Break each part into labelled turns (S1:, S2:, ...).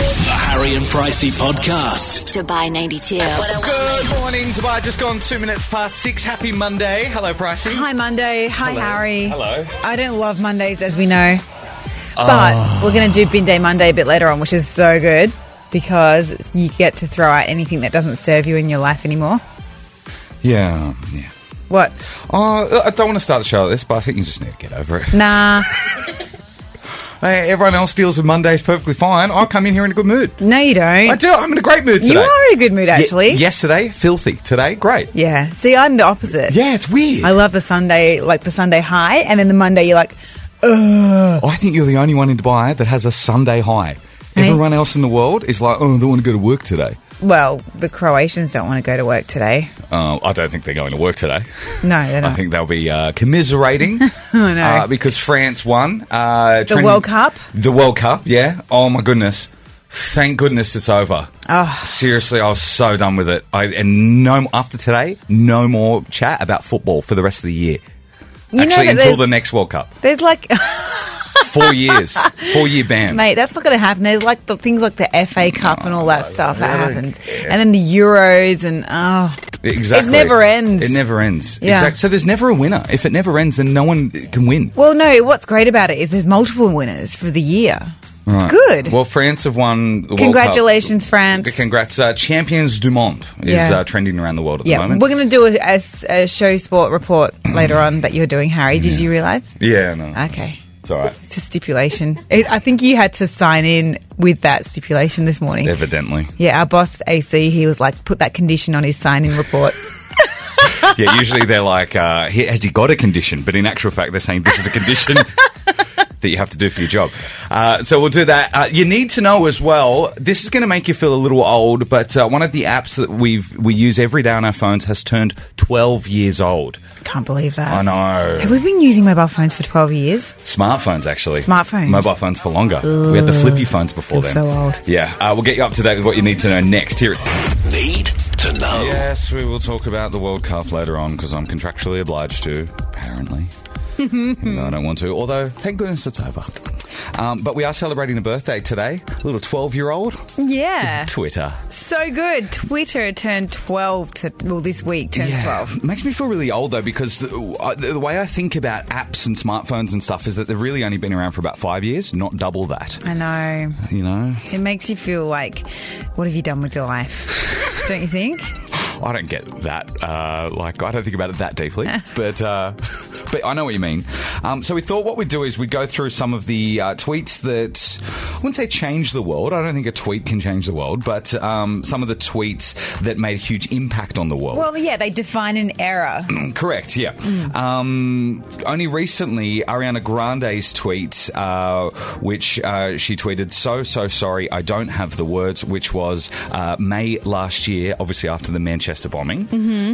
S1: Murray and Pricey podcast.
S2: Dubai 92.
S3: Good morning, Dubai. Just gone two minutes past six. Happy Monday. Hello, Pricey.
S4: Hi Monday. Hi Harry.
S3: Hello.
S4: I don't love Mondays as we know. But
S5: Ah.
S4: we're going to do Bin Day Monday a bit later on, which is so good because you get to throw out anything that doesn't serve you in your life anymore.
S5: Yeah, yeah.
S4: What?
S5: Oh, I don't want to start the show like this, but I think you just need to get over it.
S4: Nah.
S5: Hey, everyone else deals with Mondays perfectly fine. I come in here in a good mood.
S4: No, you don't.
S5: I do. I'm in a great mood today.
S4: You are in a good mood,
S5: Ye-
S4: actually.
S5: yesterday, filthy. Today, great.
S4: Yeah. See, I'm the opposite.
S5: Yeah, it's weird.
S4: I
S5: I,
S4: love the Sunday, like the Sunday high, and then the Monday you're like,
S5: think you're the only one in Dubai that has a Sunday high.
S4: Hey.
S5: Everyone else in the world is like, oh, I don't want to go to work today.
S4: well, the Croatians don't want to go to work today.
S5: Uh, I don't think they're going to work today.
S4: No, they're
S5: I
S4: not.
S5: think they'll be uh, commiserating
S4: no.
S5: uh, because France won uh, the
S4: World Cup?
S5: The World Cup, yeah. Oh my goodness! Thank goodness it's over.
S4: Ah.
S5: Seriously, I was so done with it. I, and no after today, no more chat about football for the rest of the year.
S4: You know
S5: Actually,
S4: that
S5: until
S4: there's,
S5: the next World Cup,
S4: there's like,
S5: four years, four year ban.
S4: mate, that's not going to happen. There's like the things like the FA Cup and all
S5: Oh,
S4: that stuff that happens, and then the Euros and oh,
S5: Exactly.
S4: It never ends.
S5: It never ends.
S4: Yeah.
S5: Exact- So there's never a winner. If it never ends, then no one can win.
S4: Well, no, what's great about it is there's multiple winners for the year. It's good.
S5: Well, France have won. The World Cup.
S4: Congratulations, France.
S5: Congrats, uh, Champions du Monde is
S4: Yeah.
S5: uh, trending around the world at the
S4: yeah,
S5: moment.
S4: we're going to do a, a s- a show sport report later on that you're doing, Harry. Did you realise?
S5: yeah, no,
S4: Okay.
S5: it's all right.
S4: It's a stipulation. It, I think you had to sign in with that stipulation this morning.
S5: Evidently,
S4: Yeah, our boss AC, he was like, put that condition on his sign in report.
S5: yeah. Usually they're like, uh, he, "Has he got a condition?" But in actual fact, they're saying this is a condition that you have to do for your job. Uh, so we'll do that. Uh, you need to know as well. This is going to make you feel a little old, but uh, one of the apps that we've we use every day on our phones has turned twelve years old.
S4: Can't believe that.
S5: I know.
S4: Ah. Have we been using mobile phones for 12 years?
S5: Smartphones, actually.
S4: Smartphones.
S5: Mobile phones for longer. We had the flippy phones before then.
S4: Feels so old.
S5: Yeah, uh, we'll get you up to date with what you need to know next. Here it.
S1: Need to know.
S5: Yes, we will talk about the World Cup later on because I'm contractually obliged to, apparently. Even though I don't want to, although thank goodness it's over. Um, but we are celebrating a birthday today. A little 12 year old.
S4: Yeah.
S5: Twitter.
S4: So good. Twitter turned 12 to, well, this week turns 12.
S5: Makes me feel really old though because uh, the the way I think about apps and smartphones and stuff is that they've really only been around for about five years, not double that.
S4: I know.
S5: You know?
S4: It makes you feel like, what have you done with your life? Don't you think?
S5: I don't get that. Uh, like, I don't think about it that deeply, but uh, but I know what you mean. Um, so we thought what we'd do is we'd go through some of the uh, tweets that I wouldn't say change the world. I don't think a tweet can change the world, but um, some of the tweets that made a huge impact on the world.
S4: Well, yeah, they define an era.
S5: Mm, Correct, yeah. Um, only recently, Ariana Grande's tweet, uh, which uh, she tweeted, so, so sorry, I don't have the words, which was uh, May last year, obviously after the Manchester bombing.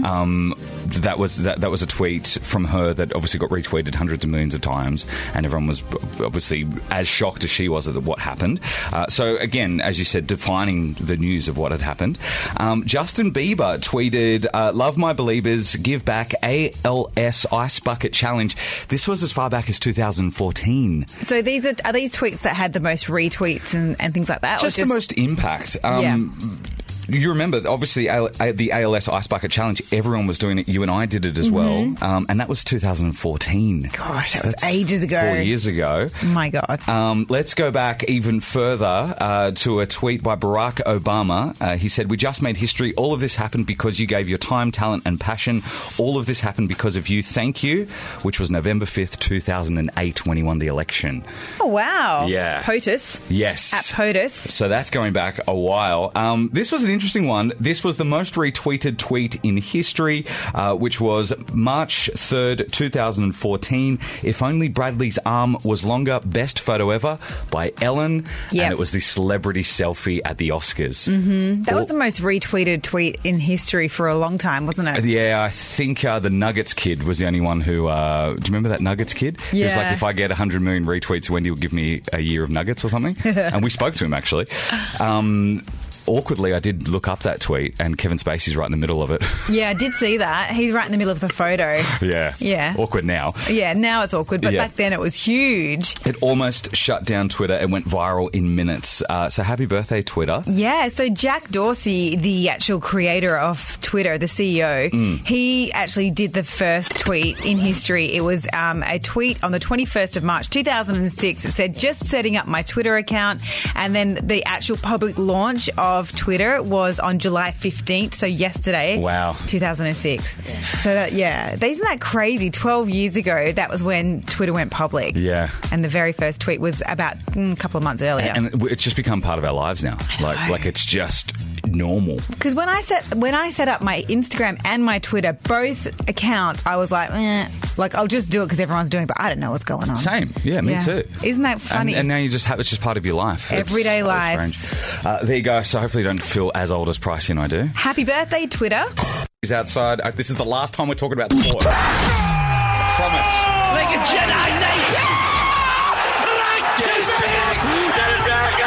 S5: Um, that, was, that, that was a tweet from her that obviously got retweeted hundreds of millions of times, and everyone was b- obviously as shocked as she was at what happened. Uh, so, again, as you said, defining the news of what had happened. Um, Justin Bieber tweeted, uh, Love my believers, give back ALS Ice Bucket Challenge. This was as far back as 2014.
S4: So these are, are these tweets that had the most retweets and, and things like that? or
S5: Just, the most impact. Um, You remember, obviously, AL- uh, the ALS Ice Bucket Challenge, everyone was doing it. You and I did it as well. Um, and that was 2014.
S4: Mm-hmm. Gosh, that was
S5: That's
S4: ages ago.
S5: Four years ago.
S4: My God.
S5: Um, let's go back even further uh, to a tweet by Barack Obama. Uh, he said, We just made history. All of this happened because you gave your time, talent, and passion. All of this happened because of you. Thank you, which was November 5th, 2008, when he won the election.
S4: oh, wow.
S5: Yeah.
S4: POTUS.
S5: Yes.
S4: At POTUS.
S5: So that's going back a while. Um, this was an interesting one. This was the most retweeted tweet in history, uh, which was March 3rd, 2014. If only Bradley's arm was longer, best photo ever by Ellen.
S4: Yep.
S5: And it was the celebrity selfie at the Oscars.
S4: That was the most retweeted tweet in history for a long time, wasn't it?
S5: Yeah, I think uh, the Nuggets kid was the only one who. Uh, do you remember that Nuggets kid? He was
S4: Yeah.
S5: like, if I get 100 million retweets, Wendy will give me a year of Nuggets or something. and we spoke to him actually. Um, awkwardly, I did look up that tweet, and Kevin Spacey's right in the middle of it.
S4: Yeah, I did see that. He's right in the middle of the photo.
S5: yeah.
S4: Yeah.
S5: Awkward now.
S4: Yeah, now it's awkward, but
S5: Yeah.
S4: back then it was huge.
S5: It almost shut down Twitter. It went viral in minutes. Uh, so happy birthday, Twitter.
S4: Yeah, so Jack Dorsey, the actual creator of Twitter, the CEO,
S5: Mm.
S4: he actually did the first tweet in history. It was um, a tweet on the 21st of March 2006. It said, just setting up my Twitter account. And then the actual public launch of Twitter was on July 15th, so yesterday.
S5: Wow.
S4: 2006. So, that, yeah, isn't that crazy? 12 years ago, that was when Twitter went public.
S5: Yeah.
S4: And the very first tweet was about mm, a couple of months earlier.
S5: And it- it's just become part of our lives now. Like, like it's just normal.
S4: Because when I set when I set up my Instagram and my Twitter, both accounts, I was like, eh, like I'll just do it because everyone's doing, it, but I don't know what's going on.
S5: Same. Yeah, me
S4: Yeah.
S5: too.
S4: Isn't that funny?
S5: And, and now you just have it's just part of your life. It's
S4: Everyday
S5: so
S4: life.
S5: strange. Uh, there you go. So hopefully you don't feel as old as Pricey and I do.
S4: Happy birthday, Twitter!
S5: He's outside. Uh, This is the last time we're talking about sport. Promise.
S1: Like a Jedi Knight!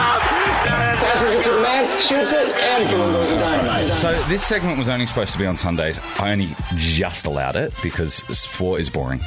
S2: passes it to the man, shoots it, and boom goes the dynamite.
S5: So this segment was only supposed to be on Sundays. I only just allowed it because sport is boring,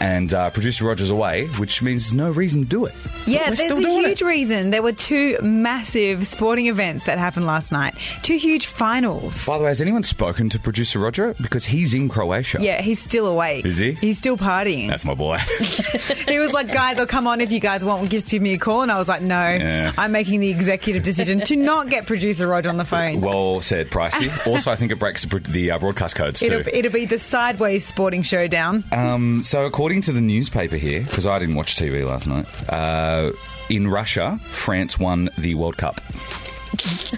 S5: and uh, producer Roger's away, which means no reason to do it.
S4: Yeah,
S5: But we're
S4: there's
S5: still
S4: a
S5: doing
S4: huge
S5: it.
S4: reason. There were two massive sporting events that happened last night. Two huge finals.
S5: By the way, has anyone spoken to producer Roger? Because he's in Croatia.
S4: Yeah, he's still awake.
S5: Is he?
S4: He's still partying.
S5: That's my boy.
S4: he was like, guys, I'll come on if you guys want. Just give me a call. And I was like, no,
S5: Yeah.
S4: I'm making the executive decision to not get producer Roger on the phone.
S5: well said, Pricey. Also, I think it breaks the, pro- the uh, broadcast codes too.
S4: It'll, it'll be the sideways sporting showdown.
S5: Um, so, according to the newspaper here, because I didn't watch TV last night, uh, in Russia, France won the World Cup.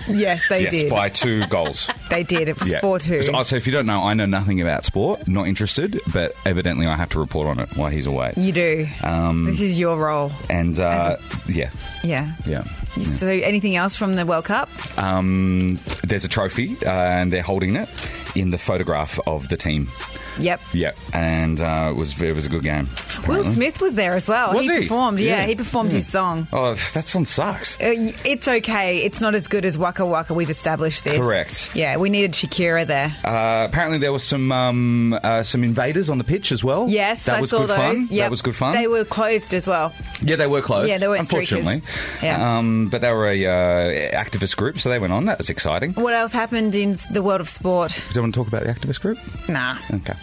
S4: yes, they
S5: yes,
S4: did.
S5: by two goals.
S4: They did. It was four two.
S5: So, oh, so if you don't know, I know nothing about sport. Not interested, but evidently I have to report on it while he's away.
S4: you do.
S5: Um,
S4: this is your role.
S5: and uh, yeah,
S4: Yeah.
S5: yeah.
S4: So, anything else from the World Cup?
S5: Um, there's a trophy, uh, and they're holding it in the photograph of the team.
S4: Yep.
S5: Yeah, and uh, it was it was a good game.
S4: Will
S5: apparently.
S4: Smith was there as well.
S5: Was he?
S4: performed. Yeah,
S5: Yeah.
S4: he performed his song.
S5: Oh, that song sucks.
S4: Uh, It's okay. It's not as good as Waka Waka. We've established this.
S5: Correct.
S4: Yeah, we needed Shakira there.
S5: Uh, apparently, there was some um, uh, some invaders on the pitch as well.
S4: yes,
S5: that
S4: I
S5: was
S4: saw
S5: good
S4: those.
S5: fun.
S4: Yep.
S5: That was good fun.
S4: They were clothed as well.
S5: yeah, they were close.
S4: Yeah, they weren't
S5: unfortunately.
S4: streakers. Yeah.
S5: Um, but they were a uh, activist group, so they went on. That was exciting.
S4: What else happened in the world of sport?
S5: Do you want to talk about the activist group?
S4: Nah.
S5: Okay.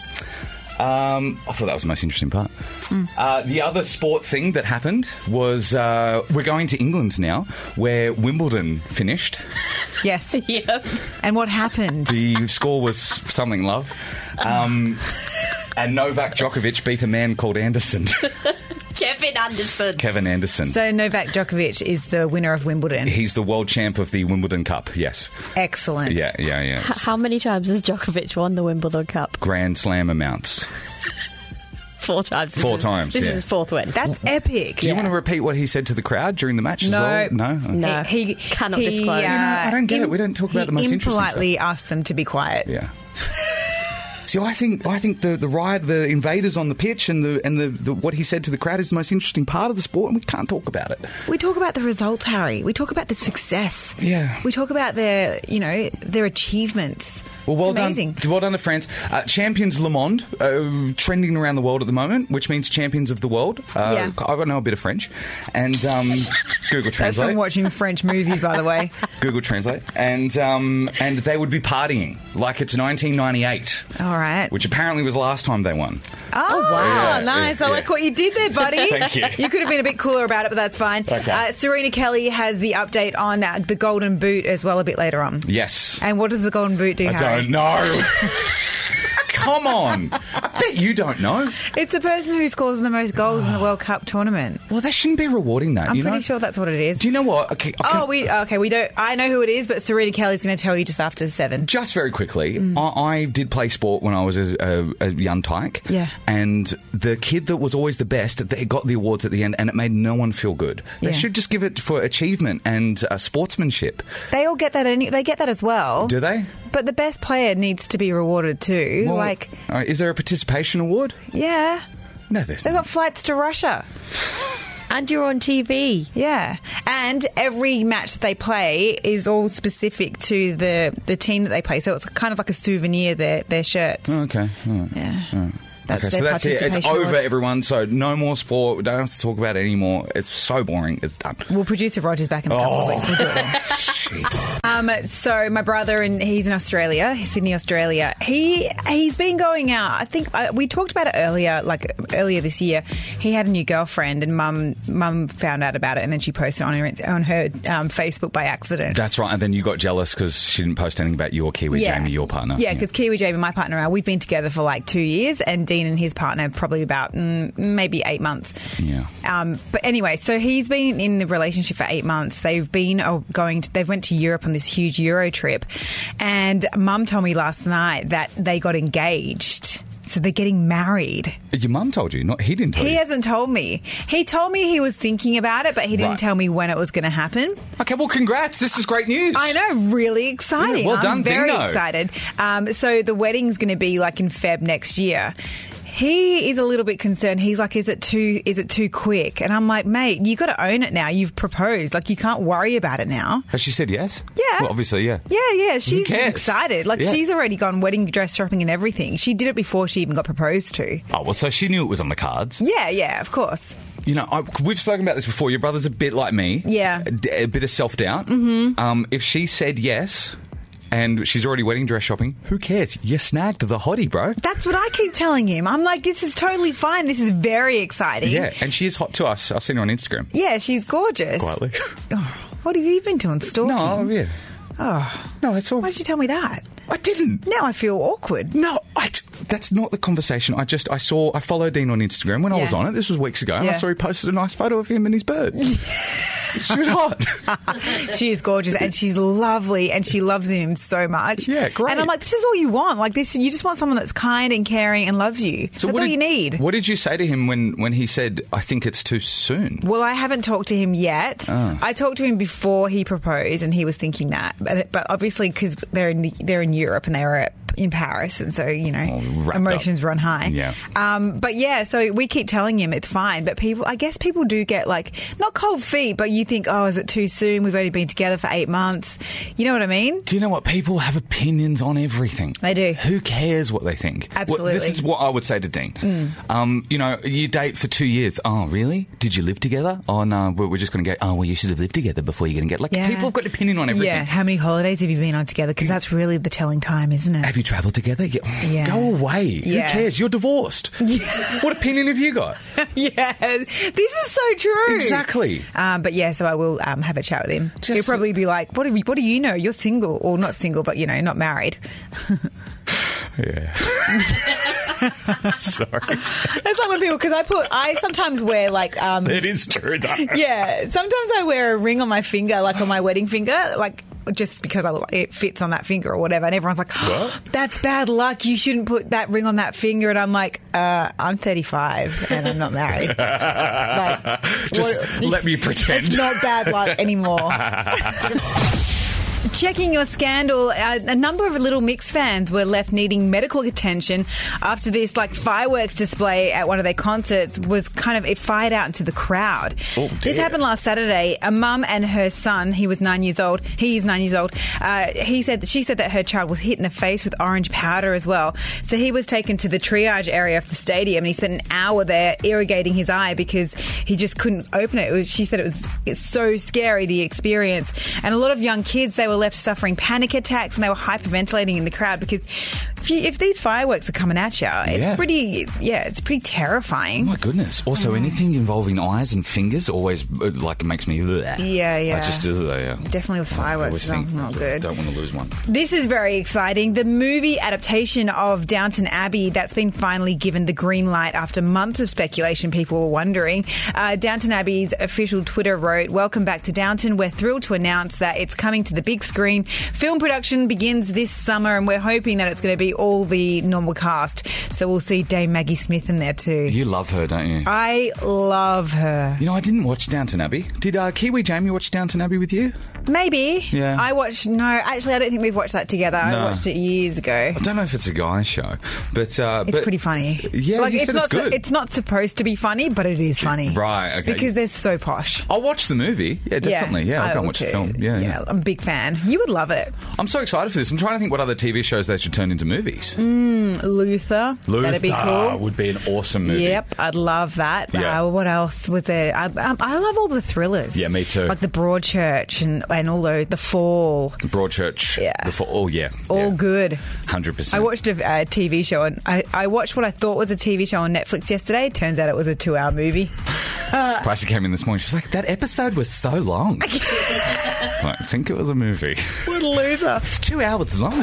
S5: Um, I thought that was the most interesting part.
S4: Hmm.
S5: Uh, the other sport thing that happened was uh, we're going to England now, where Wimbledon finished.
S4: Yes.
S6: Yep.
S4: and what happened?
S5: The score was something, love. Um, and Novak Djokovic beat a man called Anderson,
S6: Kevin Anderson.
S5: Kevin Anderson.
S4: So Novak Djokovic is the winner of Wimbledon.
S5: He's the world champ of the Wimbledon Cup. Yes.
S4: Excellent.
S5: Yeah, yeah, yeah.
S7: How many times has Djokovic won the Wimbledon Cup?
S5: Grand slam amounts.
S7: Four times. This
S5: Four
S7: is-
S5: times,
S7: This
S5: yeah.
S7: is his fourth win.
S4: That's epic.
S5: Do you want to repeat what he said to the crowd during the match as
S4: No.
S5: well? No.
S7: No.
S4: He, he
S7: Cannot
S4: he, uh,
S7: disclose. Yeah,
S5: I don't get it. We don't talk about
S4: he
S5: the most interesting stuff.
S4: impolitely asked them to be quiet.
S5: Yeah. See, I think I think the the riot, the invaders on the pitch, and the and the, the what he said to the crowd is the most interesting part of the sport, and we can't talk about it.
S4: We talk about the results, Harry. We talk about the success.
S5: Yeah.
S4: We talk about their, you know, their achievements.
S5: Well, well
S4: It's amazing.
S5: done, well done to France. Uh, champions Le Monde, uh, trending around the world at the moment, which means champions of the world. Uh,
S4: Yeah.
S5: I know a bit of French, and um, Google
S4: That's
S5: Translate.
S4: from watching French movies, by the way.
S5: Google Translate, and um, and they would be partying like it's 1998,
S4: All right.
S5: which apparently was the last time they won.
S4: Oh,
S5: wow. Yeah,
S4: nice.
S5: yeah,
S4: I
S5: yeah.
S4: like what you did there, buddy.
S5: Thank you.
S4: You could have been a bit cooler about it, but that's fine.
S5: Okay.
S4: Uh, Serena Kelly has the update on uh, the Golden Boot as well a bit later on.
S5: Yes,
S4: And what does the Golden Boot do,
S5: I
S4: Harry?
S5: don't know. Come on, I bet you don't know.
S4: It's the person who scores the most goals in the World Cup tournament.
S5: Well, that shouldn't be rewarding, though.
S4: I'm
S5: you
S4: pretty
S5: know?
S4: sure that's what it is.
S5: Do you know what? Okay, I can-
S4: oh, we okay. We don't. I know who it is, but Serena Kelly's going to tell you just after seven.
S5: just very quickly,
S4: Mm.
S5: I, I did play sport when I was a, a, a young tyke.
S4: Yeah.
S5: And the kid that was always the best, they got the awards at the end, and it made no one feel good. They
S4: Yeah.
S5: should just give it for achievement and uh, sportsmanship.
S4: They all get that. Any, they get that as well.
S5: Do they?
S4: But the best player needs to be rewarded too.
S5: Well, uh,
S4: like,
S5: all right, is there a participation award?
S4: yeah,
S5: No, there's
S4: they've
S5: not.
S4: got flights to Russia.
S7: And you're on TV.
S4: Yeah, and every match that they play is all specific to the the team that they play. So it's kind of like a souvenir their their shirts.
S5: Okay. all right.
S4: Yeah. That's
S5: Okay, so
S4: their
S5: that's it. It's
S4: participation
S5: over,
S4: award.
S5: everyone. So no more sport. We don't have to talk about it anymore. It's so boring. It's done.
S4: Well, producer Roger's back in a couple of weeks. We'll do it then. um, so my brother and he's in Australia, Sydney, Australia. He he's been going out. I think I, we talked about it earlier, like earlier this year. He had a new girlfriend, and mum mum found out about it, and then she posted on her on her um, Facebook by accident.
S5: That's right. And then you got jealous because she didn't post anything about your Kiwi Jamie, your partner.
S4: Yeah, because Kiwi Jamie, my partner, and I, we've been together for like two years, and Dean and his partner probably about mm, maybe eight months.
S5: Yeah.
S4: Um, but anyway, so he's been in the relationship for eight months. They've been oh, going. To, they went to Europe on this huge Euro trip, and Mum told me last night that they got engaged. So they're getting married.
S5: your mum told you. Not he didn't tell
S4: He
S5: you.
S4: hasn't told me. He told me he was thinking about it, but he didn't
S5: Right.
S4: tell me when it was going to happen.
S5: Okay, well, congrats. This is great news.
S4: I know, really exciting.
S5: Yeah, well done,
S4: I'm very
S5: Dino.
S4: excited. Um, so the wedding's going to be like in Feb next year. He is a little bit concerned. He's like, "Is it too? Is it too quick?" And I'm like, "Mate, you got to own it now. You've proposed. Like, you can't worry about it now."
S5: Has she said yes?
S4: Yeah.
S5: Well, obviously, yeah.
S4: Yeah, yeah. She's
S5: cares?
S4: excited. Like,
S5: Yeah.
S4: she's already gone wedding dress shopping and everything. She did it before she even got proposed to.
S5: Oh, well, so she knew it was on the cards.
S4: Yeah, yeah. Of course.
S5: You know, I, we've spoken about this before. Your brother's a bit like me.
S4: Yeah.
S5: A, d- a bit of self doubt. Mm-hmm. Um, if she said yes and she's already wedding dress shopping, who cares? You snagged the hottie, bro.
S4: That's what I keep telling him. I'm like, "This is totally fine. This is very exciting."
S5: Yeah, and she is hot to us. I've seen her on Instagram.
S4: Yeah, she's gorgeous.
S5: Quietly.
S4: What have you been doing, stalking?
S5: No, yeah.
S4: Oh,
S5: No, that's all.
S4: why'd you tell me that?
S5: I didn't.
S4: Now I feel awkward.
S5: No, I, j- that's not the conversation. I just, I saw, I followed Dean on Instagram when I
S4: Yeah.
S5: was on it. This was weeks ago. And I
S4: Yeah.
S5: saw he posted a nice photo of him and his bird. she was hot.
S4: She is gorgeous and she's lovely and she loves him so much.
S5: Yeah, great.
S4: And I'm like, this is all you want. Like this, you just want someone that's kind and caring and loves you. that's all
S5: did,
S4: you need.
S5: What did you say to him when, when he said, I think it's too soon?
S4: Well, I haven't talked to him yet.
S5: Ah.
S4: I talked to him before he proposed, and he was thinking that. But, but obviously, because they're in they're in Europe and they were at, in Paris, and so you know,
S5: All wrapped
S4: emotions
S5: up.
S4: run high.
S5: Yeah.
S4: Um. But yeah, so we keep telling him it's fine, but people, I guess people do get like not cold feet, but you think, oh, is it too soon? We've only been together for eight months. You know what I mean?
S5: Do you know what? People have opinions on everything.
S4: They do.
S5: Who cares what they think? Well, this
S4: Absolutely. Mm.
S5: is what I would say to Dean. Um, you know, you date for two years. Oh, really? Did you live together? Oh, no, we're we're just going to get, oh, well, you should have lived together before you're going to get. Like,
S4: Yeah.
S5: people have got an opinion on everything.
S4: Yeah. How many holidays have you been on together? Because that's really the telling time, isn't it?
S5: Have you travelled together? Yeah.
S4: Yeah.
S5: Go away.
S4: Yeah.
S5: Who cares? You're divorced. what opinion have you got?
S4: yeah. This is so true.
S5: Exactly.
S4: Um, but yeah, so I will um, have a chat with him.
S5: Just-
S4: He'll probably be like, "What do you, What do you know? You're single, or not single, but you know, not married."
S5: Yeah. Sorry.
S4: That's like when people, because I put, I sometimes wear like, um,
S5: It is true, though.
S4: yeah, sometimes I wear a ring on my finger, like on my wedding finger, like. Just because I, it fits on that finger or whatever, and everyone's like, "Oh,
S5: What?
S4: "That's bad luck. You shouldn't put that ring on that finger." And I'm like, uh, "I'm 35 and I'm not married. like,
S5: Just
S4: what-
S5: let me pretend.
S4: It's not bad luck anymore. Checking your scandal, uh, a number of Little Mix fans were left needing medical attention after this like fireworks display at one of their concerts was kind of it fired out into the crowd.
S5: Oh, dear.
S4: this happened last Saturday. A mum and her son, he was nine years old. He is nine years old. Uh, he said that she said that her child was hit in the face with orange powder as well. So he was taken to the triage area of the stadium and he spent an hour there irrigating his eye because he just couldn't open it. it was, she said it was it's so scary the experience, and a lot of young kids they were left suffering panic attacks and they were hyperventilating in the crowd because if, you, if these fireworks are coming at you, it's
S5: Yeah.
S4: pretty yeah, it's pretty terrifying.
S5: Oh, My goodness. Also,
S4: Mm.
S5: anything involving eyes and fingers always uh, like makes me. bleh.
S4: Yeah, yeah.
S5: I just do that. Yeah.
S4: Definitely with fireworks,
S5: Always
S4: no,
S5: think,
S4: not good.
S5: Don't want to lose one.
S4: This is very exciting. The movie adaptation of Downton Abbey that's been finally given the green light after months of speculation. People were wondering. Uh, Downton Abbey's official Twitter wrote, "Welcome back to Downton. We're thrilled to announce that it's coming to the big." big screen. Film production begins this summer, and we're hoping that it's going to be all the normal cast. So we'll see Dame Maggie Smith in there too.
S5: You love her, don't you?
S4: I love her.
S5: You know, I didn't watch Downton Abbey. Did uh, Kiwi Jamie watch Downton Abbey with you?
S4: Maybe.
S5: Yeah.
S4: I watched. No, actually, I don't think we've watched that together.
S5: No.
S4: I watched it years ago.
S5: I don't know if it's a guy show, but uh,
S4: It's
S5: but-
S4: pretty funny.
S5: Yeah,
S4: like
S5: you
S4: it's
S5: said
S4: not.
S5: it's good.
S4: It's not supposed to be funny, but it is funny.
S5: Right, okay.
S4: Because they're so posh.
S5: I'll watch the movie. Yeah, definitely. Yeah, I,
S4: I
S5: can't
S4: will
S5: watch the
S4: too.
S5: film. Yeah, yeah.
S4: I'm a big fan. You would love it.
S5: I'm so excited for this. I'm trying to think what other TV shows they should turn into movies.
S4: Luther. Mm, That'd be cool.
S5: would be an awesome movie.
S4: Yep, I'd love that.
S5: Yeah.
S4: Uh, what else was there? I, um, I love all the thrillers.
S5: Yeah, me too.
S4: Like the Broadchurch and and all those, the Fall,
S5: Broadchurch.
S4: Yeah.
S5: The fo- oh yeah.
S4: all good.
S5: Hundred percent.
S4: I watched a, uh TV show and I, I watched what I thought was a TV show on Netflix yesterday. Turns out it was a two-hour movie.
S5: Pricey came in this morning. She was like, "That episode was so long." I think it was a movie.
S4: What a loser!
S5: It's two hours long.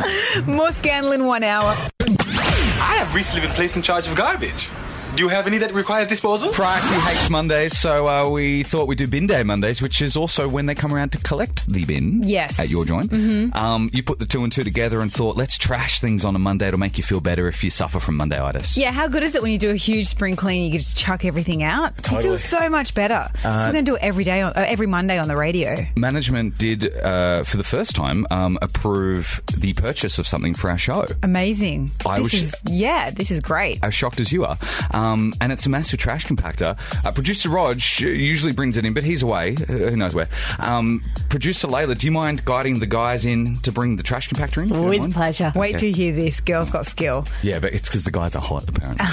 S4: More scandal in one hour.
S8: I have recently been placed in charge of garbage. Do you have any that requires disposal?
S5: Pricey hates Mondays, so uh, we thought we'd do bin day Mondays, which is also when they come around to collect the bin.
S4: Yes. Mm-hmm.
S5: At your joint. Um, you put the two and two together and thought, let's trash things on a Monday. It'll make you feel better if you suffer from Mondayitis.
S4: Yeah, how good is it when you do a huge spring clean? You can just chuck everything out. It feels so much better. so we're going to do it every day, on, uh, every Monday on the radio.
S5: Management did, uh, for the first time, um, approve the purchase of something for our show.
S4: Amazing.
S5: I
S4: this
S5: wish-
S4: is, yeah, this is great.
S5: as shocked as you are. Um, and it's a massive trash compactor. Uh, producer Rog usually brings it in, but he's away. Uh, Who knows where? Um, producer Layla, do you mind guiding the guys in to bring the trash compactor in? if you don't
S7: With
S5: mind?
S7: pleasure.
S4: Wait till you hear this. Girl's got skill.
S5: Yeah, but it's because the guys are hot, apparently.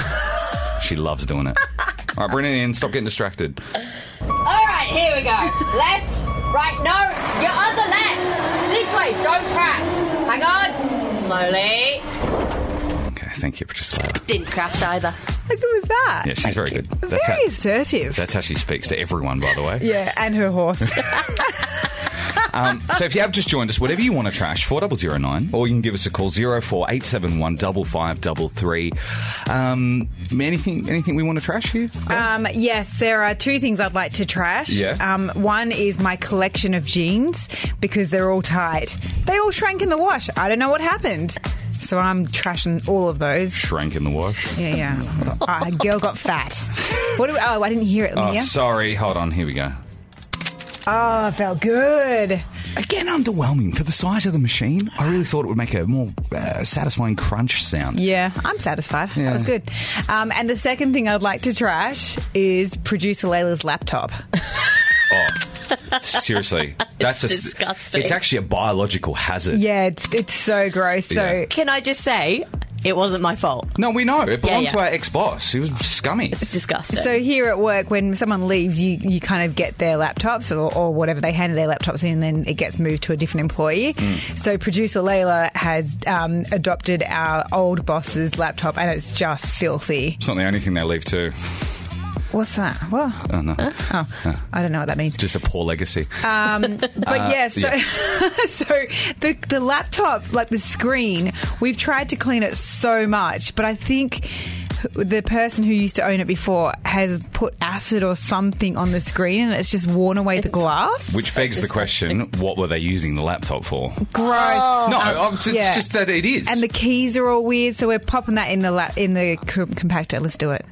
S5: she loves doing it. All right, bring it in. Stop getting distracted.
S6: All right, here we go. left, right, no, your other left. This way, don't crash. Hang on, slowly.
S5: Okay, thank you, producer Layla.
S7: Didn't crash either.
S4: Look, who was that?
S5: Yeah, she's very good. That's
S4: Very
S5: how,
S4: assertive.
S5: that's how she speaks to everyone, by the way.
S4: yeah, and her horse.
S5: Um, so if you have just joined us, whatever you want to trash, 4009, or you can give us a call, 04871 5533. Um, anything, anything we want to trash here?
S7: Uh,
S4: um, yes, there are two things I'd like to trash.
S5: Yeah.
S4: Um, one is my collection of jeans because they're all tight. They all shrank in the wash. I don't know what happened. So I'm trashing all of those.
S5: Shrank in the wash.
S4: Yeah, yeah. Ah, girl got fat. What? Do we, oh, I didn't hear it.
S5: Oh,
S4: Leah.
S5: sorry. Hold on. Here we go.
S4: Oh, it felt good.
S5: Again, underwhelming for the size of the machine. I really thought it would make a more uh, satisfying crunch sound.
S4: Yeah, I'm satisfied.
S5: Yeah.
S4: That was good. Um, and the second thing I'd like to trash is producer Layla's laptop.
S5: Seriously, that's
S7: It's
S5: a-
S7: disgusting.
S5: It's actually a biological hazard.
S4: Yeah, it's it's so gross. So
S5: Yeah.
S7: Can I just say, it wasn't my fault.
S5: No, we know it belonged
S7: yeah.
S5: to our ex-boss. He was scummy.
S7: It's disgusting.
S4: So here at work, when someone leaves, you, you kind of get their laptops or, or whatever they handed their laptops in, and then it gets moved to a different employee. So producer Layla has um, adopted our old boss's laptop, and it's just filthy.
S5: It's not the only thing they leave too.
S4: What's that? What?
S5: Oh no,
S7: Uh-huh.
S4: Oh, I don't know what that means.
S5: just a poor legacy.
S4: Um, but yeah, so, so the, the laptop, like the screen, we've tried to clean it so much, but I think the person who used to own it before has put acid or something on the screen and it's just worn away the glass.
S5: Which begs the question: What were they using the laptop for?
S4: Gross.
S5: No, um, it's
S4: yeah.
S5: just that it is.
S4: And the keys are all weird, so we're popping that in the la- in the co- compactor. Let's do it.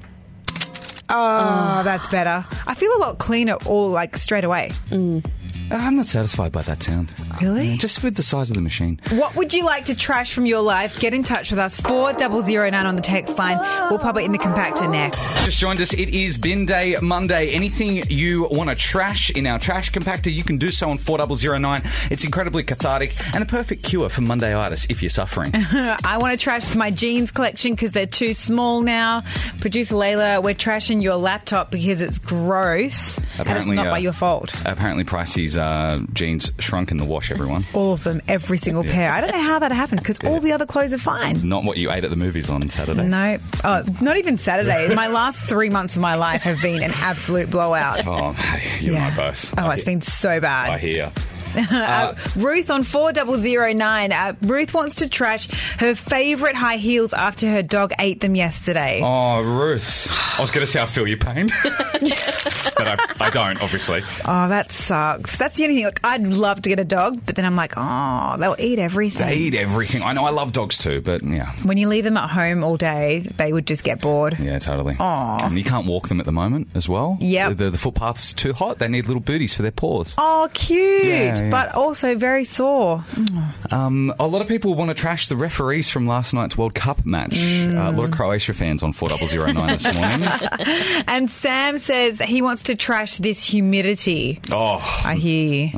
S4: Oh, that's better. I feel a lot cleaner all like straight away.
S5: Uh, I'm not satisfied by that sound.
S4: Really?
S5: Just with the size of the machine.
S4: What would you like to trash from your life? Get in touch with us, 4009 on the text line. We'll pop it in the compactor next.
S5: Just joined us. It is Bin Day Monday. Anything you want to trash in our trash compactor, you can do so on 4009. It's incredibly cathartic and a perfect cure for Mondayitis if you're suffering.
S4: I want to trash my jeans collection because they're too small now. Producer Layla, we're trashing your laptop because it's gross. and it's
S5: Apparently,
S4: not
S5: uh,
S4: by your fault.
S5: Apparently, Pricey's uh, jeans shrunk in the wash, everyone.
S4: All of them, every single pair. I don't know how that happened because all the other clothes are fine.
S5: Not what you ate at the movies on Saturday.
S4: No, oh, not even Saturday. My last three months of my life have been an absolute blowout.
S5: Oh, you and I both.
S4: Oh,
S5: I
S4: it's
S5: hear-
S4: been so bad.
S5: I hear.
S4: Uh, Ruth on 4009. Uh, Ruth wants to trash her favourite high heels after her dog ate them yesterday.
S5: Oh, Ruth. I was going to say I feel your pain, but I, I don't, obviously.
S4: Oh, that sucks. That's the only thing. Like, I'd love to get a dog, but then I'm like, oh, they'll eat everything.
S5: They eat everything. I know I love dogs too, but yeah.
S4: when you leave them at home all day, they would just get bored.
S5: Yeah, totally.
S4: Aw.
S5: And you can't walk them at the moment as well.
S4: Yep.
S5: The, the, the footpath's too hot. They need little booties for their paws.
S4: Oh, cute,
S5: Yeah, yeah.
S4: but also very sore.
S5: Um, a lot of people want to trash the referees from last night's World Cup match. Uh, a
S4: Mm.
S5: lot of Croatia fans on 4009 this morning.
S4: And Sam says he wants to trash this humidity.
S5: Oh,
S4: I hear you.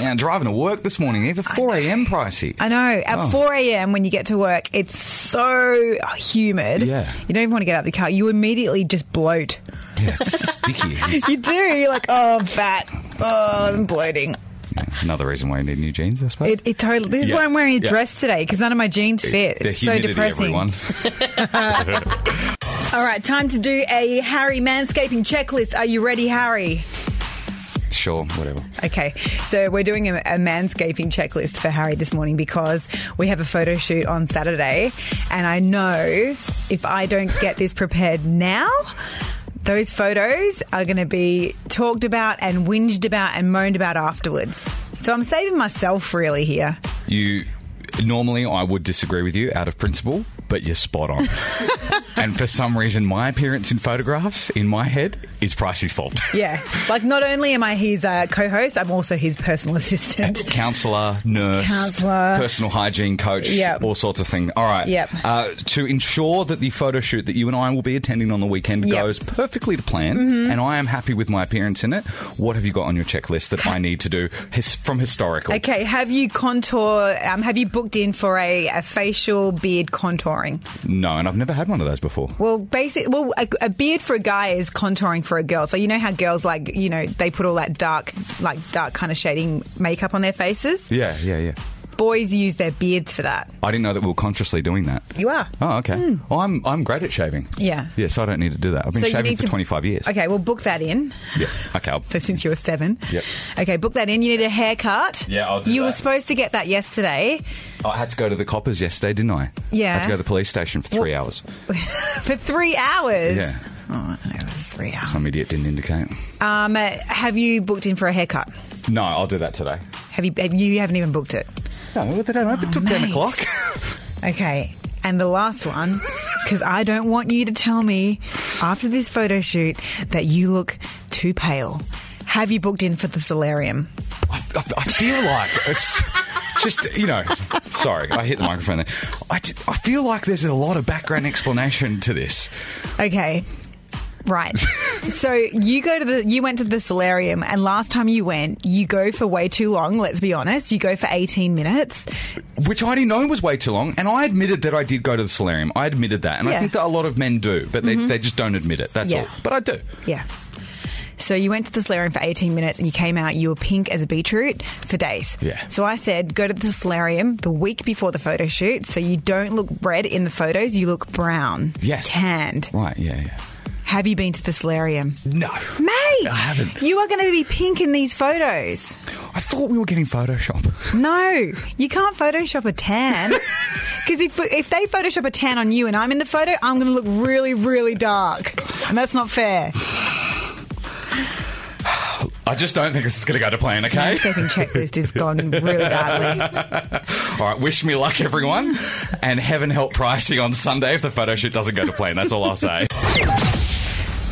S5: man, driving to work this morning, even 4 a.m. pricey.
S4: I know. At
S5: Oh.
S4: 4 a.m. when you get to work, it's so humid.
S5: Yeah.
S4: You don't even want to get out of the car. You immediately just bloat.
S5: Yeah, it's sticky.
S4: You do. You're like, oh, I'm fat. Oh, I'm bloating.
S5: Yeah, another reason why you need new jeans, I suppose.
S4: It, it totally. This is
S5: Yeah.
S4: why I'm wearing a
S5: Yeah.
S4: dress today because none of my jeans fit.
S5: the
S4: it's so
S5: humidity,
S4: depressing.
S5: everyone.
S4: All right, time to do a Harry manscaping checklist. Are you ready, Harry?
S5: Sure, whatever.
S4: Okay, so we're doing a, a manscaping checklist for Harry this morning because we have a photo shoot on Saturday, and I know if I don't get this prepared now. Those photos are going to be talked about and whinged about and moaned about afterwards. So I'm saving myself really here.
S5: You normally I would disagree with you out of principle, but you're spot on. and for some reason, my appearance in photographs in my head is Pricey's fault.
S4: Yeah. Like, not only am I his uh, co host, I'm also his personal assistant.
S5: Counselor, nurse,
S4: Counsellor.
S5: personal hygiene coach,
S4: Yep.
S5: all sorts of things. All right.
S4: Yep.
S5: Uh, to ensure that the photo shoot that you and I will be attending on the weekend
S4: Yep. Mm-hmm.
S5: goes perfectly to plan, and I am happy with my appearance in it. What have you got on your checklist that I need to do his, from historical?
S4: Okay, have you contour? Um, have you booked in for a, a facial beard contouring?
S5: No, and I've never had one of those before.
S4: Well, basic. Well, a, a beard for a guy is contouring for a girl. So you know how girls like you know they put all that dark, like dark kind of shading makeup on their faces.
S5: Yeah, yeah, yeah.
S4: Boys use their beards for that.
S5: I didn't know that we were consciously doing that.
S4: You are.
S5: Oh, okay. Well, I'm I'm great at shaving.
S4: Hmm. Yeah.
S5: Yes, I don't need to do that. I've been
S4: So you
S5: shaving
S4: need
S5: for
S4: to-
S5: 25 years.
S4: Okay, well book that in.
S5: Yeah. Okay. I'll-
S4: So since you were seven,
S5: Yep.
S4: Okay, book that in. You need a haircut.
S5: Yeah, I'll do
S4: You
S5: that.
S4: were supposed to get that yesterday
S5: I had to go to the coppers yesterday, didn't I?
S4: Yeah.
S5: I had to go to the police station for three
S4: Well-
S5: hours.
S4: for three hours.
S5: Yeah.
S4: Oh, no, it was three hours.
S5: Some idiot didn't indicate.
S4: Um, uh, have you booked in for a haircut?
S5: No, I'll do that today.
S4: Have you? Have, you haven't even booked it.
S5: No, they don't open till
S4: Oh,
S5: 10
S4: mate.
S5: o'clock.
S4: Okay. And the last one, because I don't want you to tell me after this photo shoot that you look too pale. Have you booked in for the solarium?
S5: I, I, I feel like it's just, you know, sorry, I hit the microphone there. I, ju- I feel like there's a lot of background explanation to this.
S4: Okay. Right. so you go to the you went to the solarium and last time you went, you go for way too long, let's be honest. You go for 18 minutes.
S5: which I didn't know was way too long. And I admitted that I did go to the solarium. I admitted that. And I
S4: Yeah. Mm-hmm.
S5: think that a lot of men do, but they, they just don't admit it. That's
S4: Yeah.
S5: all. But I do.
S4: Yeah. So you went to the solarium for 18 minutes and you came out, you were pink as a beetroot for days.
S5: Yeah.
S4: So I said, go to the solarium the week before the photo shoot so you don't look red in the photos, you look brown.
S5: Yes.
S4: Tanned.
S5: Right, yeah, yeah.
S4: Have you been to the solarium?
S5: No.
S4: Mate!
S5: I haven't.
S4: You are going to be pink in these photos.
S5: I thought we were getting Photoshop.
S4: No, you can't Photoshop a tan. Because if, if they Photoshop a tan on you and I'm in the photo, I'm going to look really, really dark. And that's not fair.
S5: I just don't think this is going to go to plan, okay?
S4: Landscaping checklist has gone really badly.
S5: all right, wish me luck, everyone. And heaven help pricing on Sunday if the photo shoot doesn't go to plan. That's all I'll say.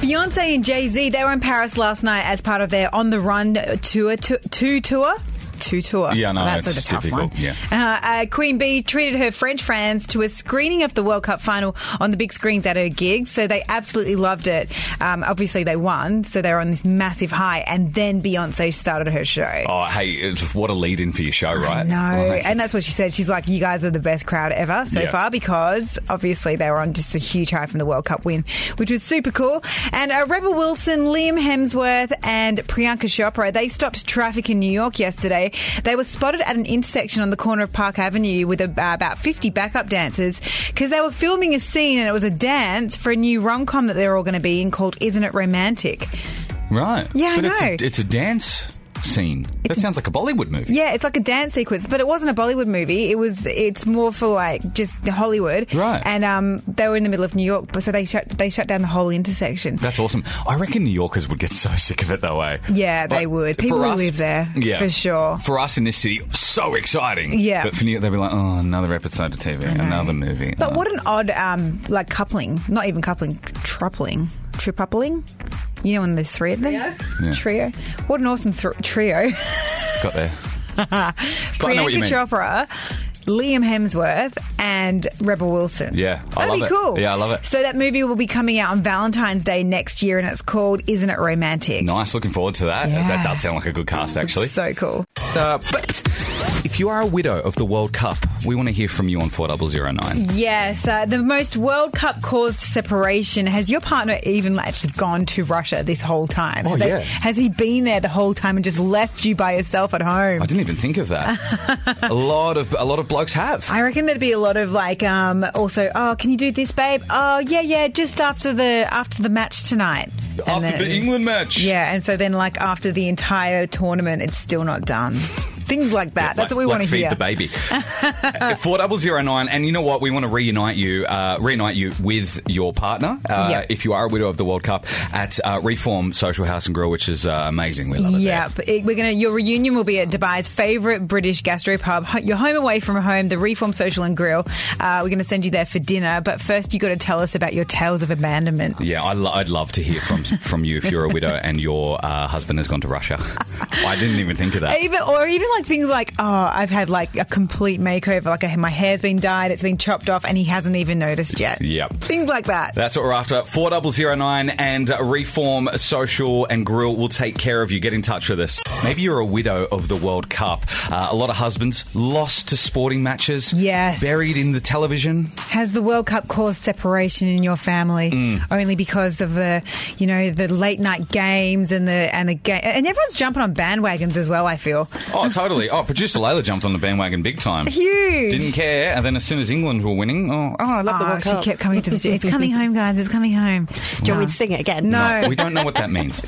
S4: Beyonce and Jay Z, they were in Paris last night as part of their On the Run tour, to, two tour. Two tour.
S5: Yeah, no,
S4: that's
S5: it's
S4: a tough
S5: difficult,
S4: one.
S5: yeah.
S4: Uh, uh, Queen Bee treated her French fans to a screening of the World Cup final on the big screens at her gig, so they absolutely loved it. Um, obviously, they won, so they were on this massive high, and then Beyonce started her show.
S5: Oh, hey, it's, what a lead in for your show, right?
S4: No,
S5: Right.
S4: and that's what she said. She's like, "You guys are the best crowd ever so
S5: Yeah.
S4: far," because obviously they were on just a huge high from the World Cup win, which was super cool. And uh, Rebel Wilson, Liam Hemsworth, and Priyanka Chopra they stopped traffic in New York yesterday. They were spotted at an intersection on the corner of Park Avenue with a, uh, about fifty backup dancers because they were filming a scene and it was a dance for a new rom com that they're all going to be in called "Isn't It Romantic."
S5: Right.
S4: Yeah, I
S5: but It's
S4: know.
S5: a, it's a dance scene. That sounds like a Bollywood movie.
S4: Yeah, it's like a dance sequence, but it wasn't a Bollywood movie. It was. It's more for like just Hollywood.
S5: Right.
S4: And um, they were in the middle of New York, but so they shut they shut down the whole intersection.
S5: That's awesome. I reckon New Yorkers would get so sick of it though, eh?
S4: Yeah, they would.
S5: for
S4: People who live there,
S5: yeah,
S4: for sure.
S5: For us in this city, so exciting.
S4: Yeah.
S5: but for New York, they'd be like, oh, another episode of TV, another movie.
S4: But
S5: oh.
S4: what an odd um, like coupling. Not even coupling, tripling, tripupling. You know when there's three of them.
S5: Yeah.
S4: Trio. What an awesome thr trio.
S5: got there? But I know what you
S4: Priyanka
S5: mean.
S4: Chopra, Liam Hemsworth, and Rebel Wilson.
S5: Yeah, I
S4: that'd
S5: love
S4: be
S5: it.
S4: cool.
S5: Yeah, I love it.
S4: So that movie will be coming out on Valentine's Day next year, and it's called "Isn't It Romantic?"
S5: Nice, looking forward to that.
S4: Yeah.
S5: That does sound like a good cast, actually.
S4: So cool.
S5: Uh, but if you are a widow of the World Cup, we want to hear from you on 4009.
S4: Yes, uh, the most World Cup caused separation. Has your partner even actually gone to Russia this whole time?
S5: Oh,
S4: Have they-
S5: yeah.
S4: Has he been there the whole time and just left you by yourself at home?
S5: I didn't even think of that. a lot of a lot of blokes have.
S4: I reckon there'd be a lot of like, um, also, oh, can you do this, babe? Oh, yeah, yeah, just after the after the match tonight. And
S5: After
S4: then-
S5: the England match.
S4: Yeah, and so then like after the entire tournament, it's still not done. Things like that. That's
S5: Like-
S4: what we
S5: like
S4: want to
S5: feed
S4: hear.
S5: the baby. Four double zero nine, and you know what? We want to reunite you, uh, reunite you with your partner. Uh,
S4: Yep.
S5: If you are a widow of the World Cup at uh, Reform Social House and Grill, which is uh, amazing. We love it. there.
S4: Yep, It- we're gonna. Your reunion will be at Dubai's favourite British gastropub, ho- your home away from home, the Reform Social and Grill. Uh, we're gonna send you there for dinner, but first you got to tell us about your tales of abandonment.
S5: Yeah, I lo- I'd love to hear from from you if you're a widow and your uh, husband has gone to Russia. I didn't even think of that.
S4: Even or even like things like oh I've had like a complete makeover like I, my hair's been dyed it's been chopped off and he hasn't even noticed yet
S5: Yep.
S4: things like that
S5: That's what we're after. 4009 and Reform Social and Grill will take care of you. Get in touch with us. Maybe you're a widow of the World Cup. Uh, a lot of husbands lost to sporting matches.
S4: Yes.
S5: Buried in the television.
S4: Has the World Cup caused separation in your family only because of the, you know, the late night games and the and the game and everyone's jumping on bandwagons as well. I feel
S5: Oh, totally. Oh, producer Layla jumped on the bandwagon big time.
S4: huge.
S5: Didn't care. And then as soon as England were winning, oh, oh I love the
S4: Oh,
S5: World
S4: she
S5: Cup.
S4: kept coming to the. It's coming home, guys. It's coming home.
S7: Do you want me to sing it again?
S4: No.
S5: We don't know what that means.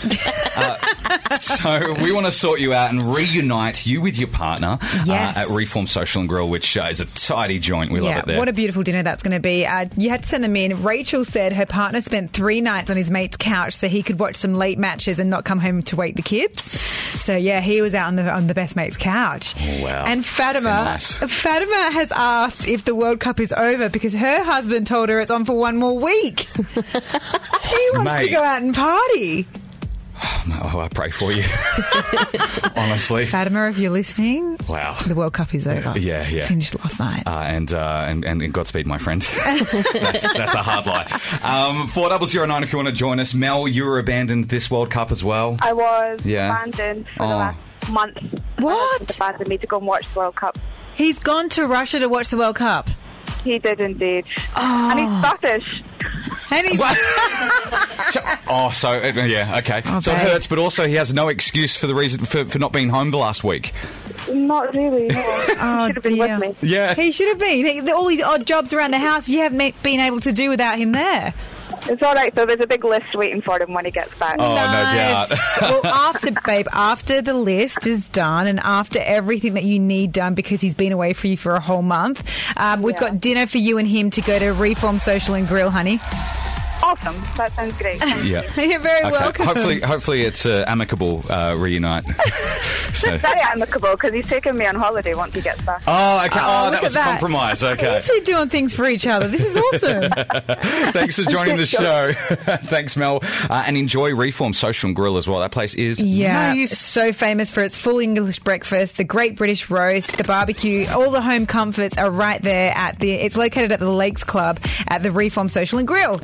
S5: Uh, so we want to sort you out and reunite you with your partner
S4: Yes.
S5: uh, at Reform Social and Grill, which uh, is a tidy joint. We love
S4: Yeah,
S5: it there.
S4: what a beautiful dinner that's going to be. Uh, you had to send them in. Rachel said her partner spent three nights on his mate's couch so he could watch some late matches and not come home to wake the kids. So yeah, he was out on the on the best mate's couch.
S5: Wow.
S4: And Fatima,
S5: Nice.
S4: Fatima has asked if the World Cup is over because her husband told her it's on for one more week. he wants to
S5: Mate.
S4: go out and party.
S5: Oh, I pray for you. Honestly.
S4: Fatima, if you're listening,
S5: Wow.
S4: the World Cup is over.
S5: Yeah, yeah.
S4: Finished last night.
S5: Uh, and, uh, and and and Godspeed, my friend. that's, that's a hard lie. Um, Four double zero nine. If you want to join us, Mel, you were abandoned this World Cup as well.
S9: I was
S5: Yeah.
S9: abandoned for
S5: Oh.
S9: the last month. My
S4: What?
S9: husband abandoned me to go and watch the World Cup.
S4: He's gone to Russia to watch the World Cup.
S9: He did indeed. And he's Scottish.
S4: And he's
S5: So- oh, so it- yeah, okay. So it
S4: Oh, babe.
S5: hurts, but also he has no excuse for the reason for, for not being home the last week.
S9: Not really. No.
S4: Oh,
S9: he should have been
S4: dear.
S9: with me.
S5: Yeah.
S4: He should have been. He, all these odd jobs around the house you haven't ma- been able to do without him there.
S9: It's all right, though. There's a big list waiting for him when he gets back.
S5: Oh, no
S4: Nice.
S5: doubt.
S4: well, after, babe, after the list is done and after everything that you need done because he's been away for you for a whole month, um, we've got dinner for you and him to go to Reform Social and Grill, honey.
S9: Awesome. That sounds great. Thank you.
S5: Yeah.
S4: You're very
S5: Okay.
S4: welcome.
S5: Hopefully, hopefully it's uh, amicable uh, reunite. so.
S9: Very amicable because he's taking me on holiday once he gets back.
S5: Oh, okay.
S4: Oh,
S5: Oh,
S4: look
S5: that
S4: at
S5: was
S4: that.
S5: compromise.
S4: You
S5: Okay.
S4: two doing things for each other. This is awesome.
S5: Thanks for joining the show.
S9: Sure.
S5: Thanks, Mel. Uh, and enjoy Reform Social and Grill as well. That place is
S4: Yeah,
S5: nice.
S4: it's so famous for its full English breakfast, the great British roast, the barbecue, all the home comforts are right there at the. It's located at the Lakes Club at the Reform Social and Grill.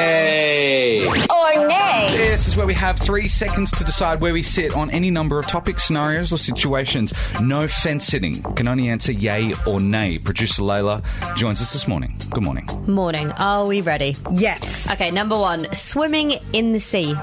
S5: Yay!
S6: Or nay.
S5: This is where we have three seconds to decide where we sit on any number of topics, scenarios, or situations. No fence sitting. Can only answer yay or nay. Producer Layla joins us this morning. Good morning.
S7: Morning. Are we ready?
S4: Yes,
S7: Okay, number one, swimming in the sea.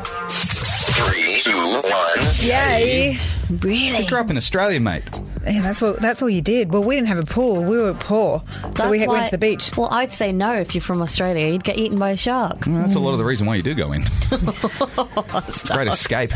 S4: yay!
S7: Really?
S5: Grew up in Australia, mate.
S4: Yeah, that's what that's all you did. Well, we didn't have a pool; we were poor, so we went to the beach.
S7: Well, I'd say no if you're from Australia. You'd get eaten by a shark.
S6: Mm.
S5: Well, that's a lot of the reason why you do go in. it's a great escape.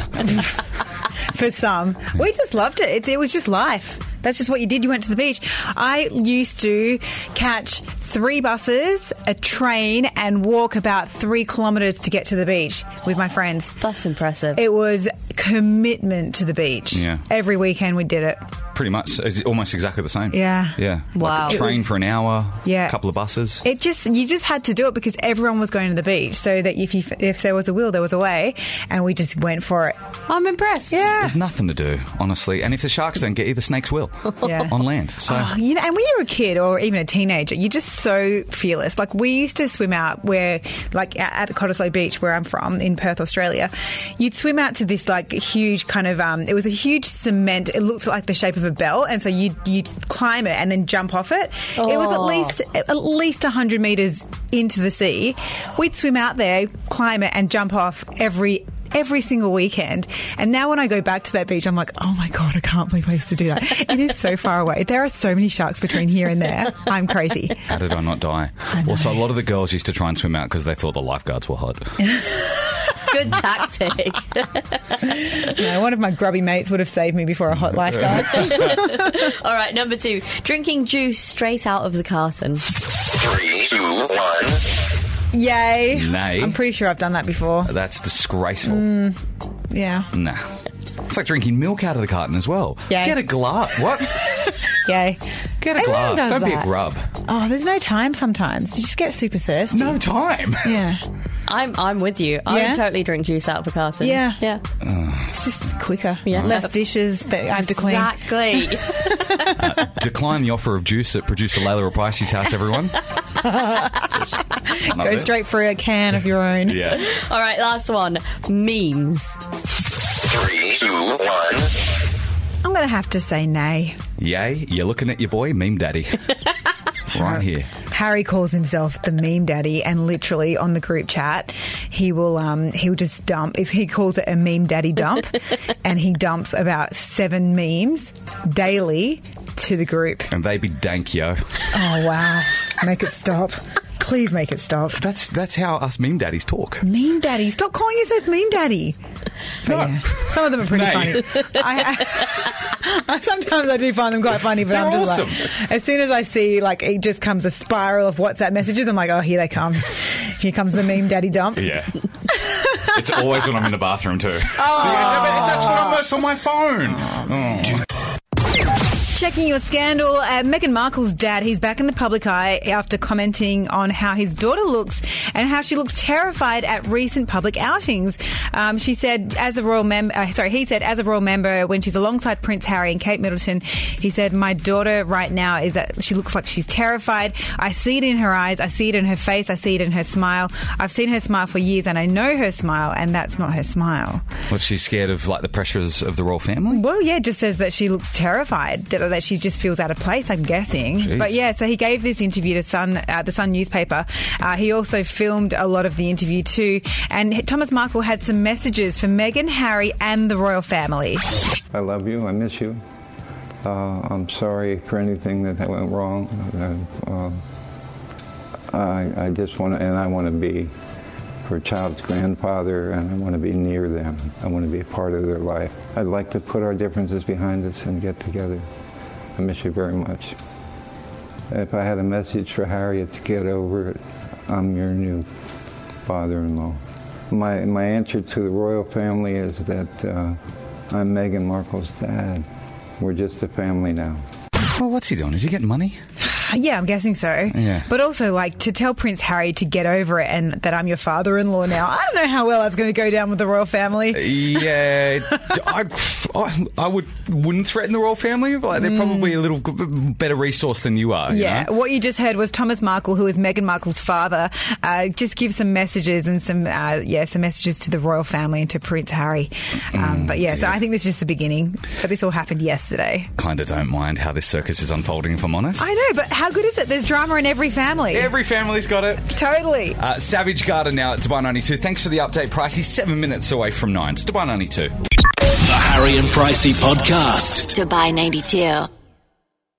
S4: for some. We just loved it. it. It was just life. That's just what you did. You went to the beach. I used to catch three buses, a train, and walk about three kilometres to get to the beach with my friends.
S7: That's impressive.
S4: It was commitment to the beach.
S5: Yeah.
S4: Every weekend we did it.
S5: Pretty much, it's almost exactly the same.
S4: Yeah.
S5: Yeah.
S7: Wow.
S5: Like a train for an hour.
S4: Yeah.
S5: A couple of buses.
S4: It just you just had to do it because everyone was going to the beach, so that if you if there was a will, there was a way, and we just went for it.
S7: I'm impressed.
S4: Yeah.
S5: There's nothing to do, honestly. And if the sharks don't get you, the snakes will.
S4: Yeah.
S5: On land. So.
S4: Oh, you know, and when you're a kid or even a teenager, you're just so fearless. Like we used to swim out where, like a- at the Cottesloe Beach where I'm from in Perth, Australia, you'd swim out to this like huge kind of um, it was a huge cement. It looked like the shape of a bell, and so you you would climb it and then jump off it. It was at
S7: Oh.
S4: least at least 100 meters into the sea. We'd swim out there, climb it, and jump off every. Every single weekend. And now when I go back to that beach, I'm like, oh my God, I can't believe I used to do that. It is so far away. There are so many sharks between here and there. I'm crazy.
S5: How did I not die? Also, a lot of the girls used to try and swim out because they thought the lifeguards were hot.
S7: Good tactic.
S4: You know, one of my grubby mates would have saved me before a hot lifeguard.
S7: All right, number two, drinking juice straight out of the carton.
S4: Yay.
S5: Nay.
S4: I'm pretty sure I've done that before.
S5: That's disgraceful.
S4: Mm. Yeah.
S5: Nah. It's like drinking milk out of the carton as well.
S4: Yeah.
S5: Get a glass. What?
S4: Yay.
S5: Get a
S4: Everyone
S5: glass.
S4: does
S5: Don't be a
S4: that.
S5: grub.
S4: Oh, there's no time sometimes. You just get super thirsty.
S5: No time.
S4: Yeah.
S7: I'm I'm with you. I
S4: Yeah?
S7: would totally drink juice out of a carton.
S4: Yeah.
S7: Yeah.
S4: It's just quicker.
S7: Yeah.
S4: Less dishes that I have to clean.
S7: Exactly.
S5: Decline the offer of juice at producer Layla Rapaisi's house, everyone. Not
S4: Go
S5: it.
S4: straight for a can of your own.
S5: Yeah.
S7: All right, last one. Memes.
S4: I'm going to have to say nay.
S5: Yay, you're looking at your boy, Meme Daddy. right here.
S4: Harry calls himself the meme daddy, and literally on the group chat, he will um, he'll just dump. He calls it a meme daddy dump, and he dumps about seven memes daily to the group.
S5: And they be dank, yo.
S4: Oh wow! Make it stop, please make it stop.
S5: That's that's how us Meme Daddies talk.
S4: Meme daddy, stop calling yourself meme daddy. But yeah, some of them are pretty
S5: Nay.
S4: funny. I, I, sometimes I do find them quite funny, but I'm
S5: They're
S4: just
S5: awesome.
S4: like, as soon as I see like it just comes a spiral of WhatsApp messages, I'm like, oh, here they come. Here comes the meme daddy dump.
S5: Yeah. it's always when I'm in the bathroom, too. that's what I'm most on my phone.
S4: Checking your scandal, uh, Meghan Markle's dad, he's back in the public eye after commenting on how his daughter looks and how she looks terrified at recent public outings. Um, she said, as a royal member, uh, sorry, he said, as a royal member, when she's alongside Prince Harry and Kate Middleton, he said, my daughter right now is that she looks like she's terrified. I see it in her eyes. I see it in her face. I see it in her smile. I've seen her smile for years and I know her smile and that's not her smile.
S5: What's she scared of, like the pressures of the royal family?
S4: Well, yeah, just says that she looks terrified, that, that she just feels out of place, I'm guessing.
S5: Jeez.
S4: But yeah, so he gave this interview to Sun, uh, the Sun newspaper. Uh, he also filmed a lot of the interview too. And Thomas Markle had some messages for Meghan, Harry, and the royal family.
S10: I love you. I miss you. Uh, I'm sorry for anything that went wrong. Uh, um, I, I just want to, and I want to be her child's grandfather, and I want to be near them. I want to be a part of their life. I'd like to put our differences behind us and get together. I miss you very much. If I had a message for Harry, it's get over it. I'm your new father-in-law. My, my answer to the royal family is that uh, I'm Meghan Markle's dad. We're just a family now.
S5: Well, what's he doing? Is he getting money?
S4: Yeah, I'm guessing so.
S5: Yeah.
S4: But also, like, to tell Prince Harry to get over it and that I'm your father in law now, I don't know how well that's going to go down with the royal family.
S5: Yeah, I, I, I would wouldn't threaten the royal family. Like they're probably a little g- better resource than you are. you
S4: Mm. Yeah,
S5: know?
S4: what you just heard was Thomas Markle, who is Meghan Markle's father, uh, just give some messages and some uh, yeah some messages to the royal family and to Prince Harry. Um, but yeah, so I think this is just the beginning. But this all happened yesterday.
S5: kind of don't mind how this circus is unfolding. If I'm honest,
S4: I know, but how good is it? There's drama in every family.
S5: every family's got it.
S4: totally.
S5: Uh, Savage Garden now at Dubai 92. Thanks for the update, Pricey. Seven minutes away from nine. It's Dubai 92.
S1: The Harry and Pricey Podcast.
S11: Dubai 92.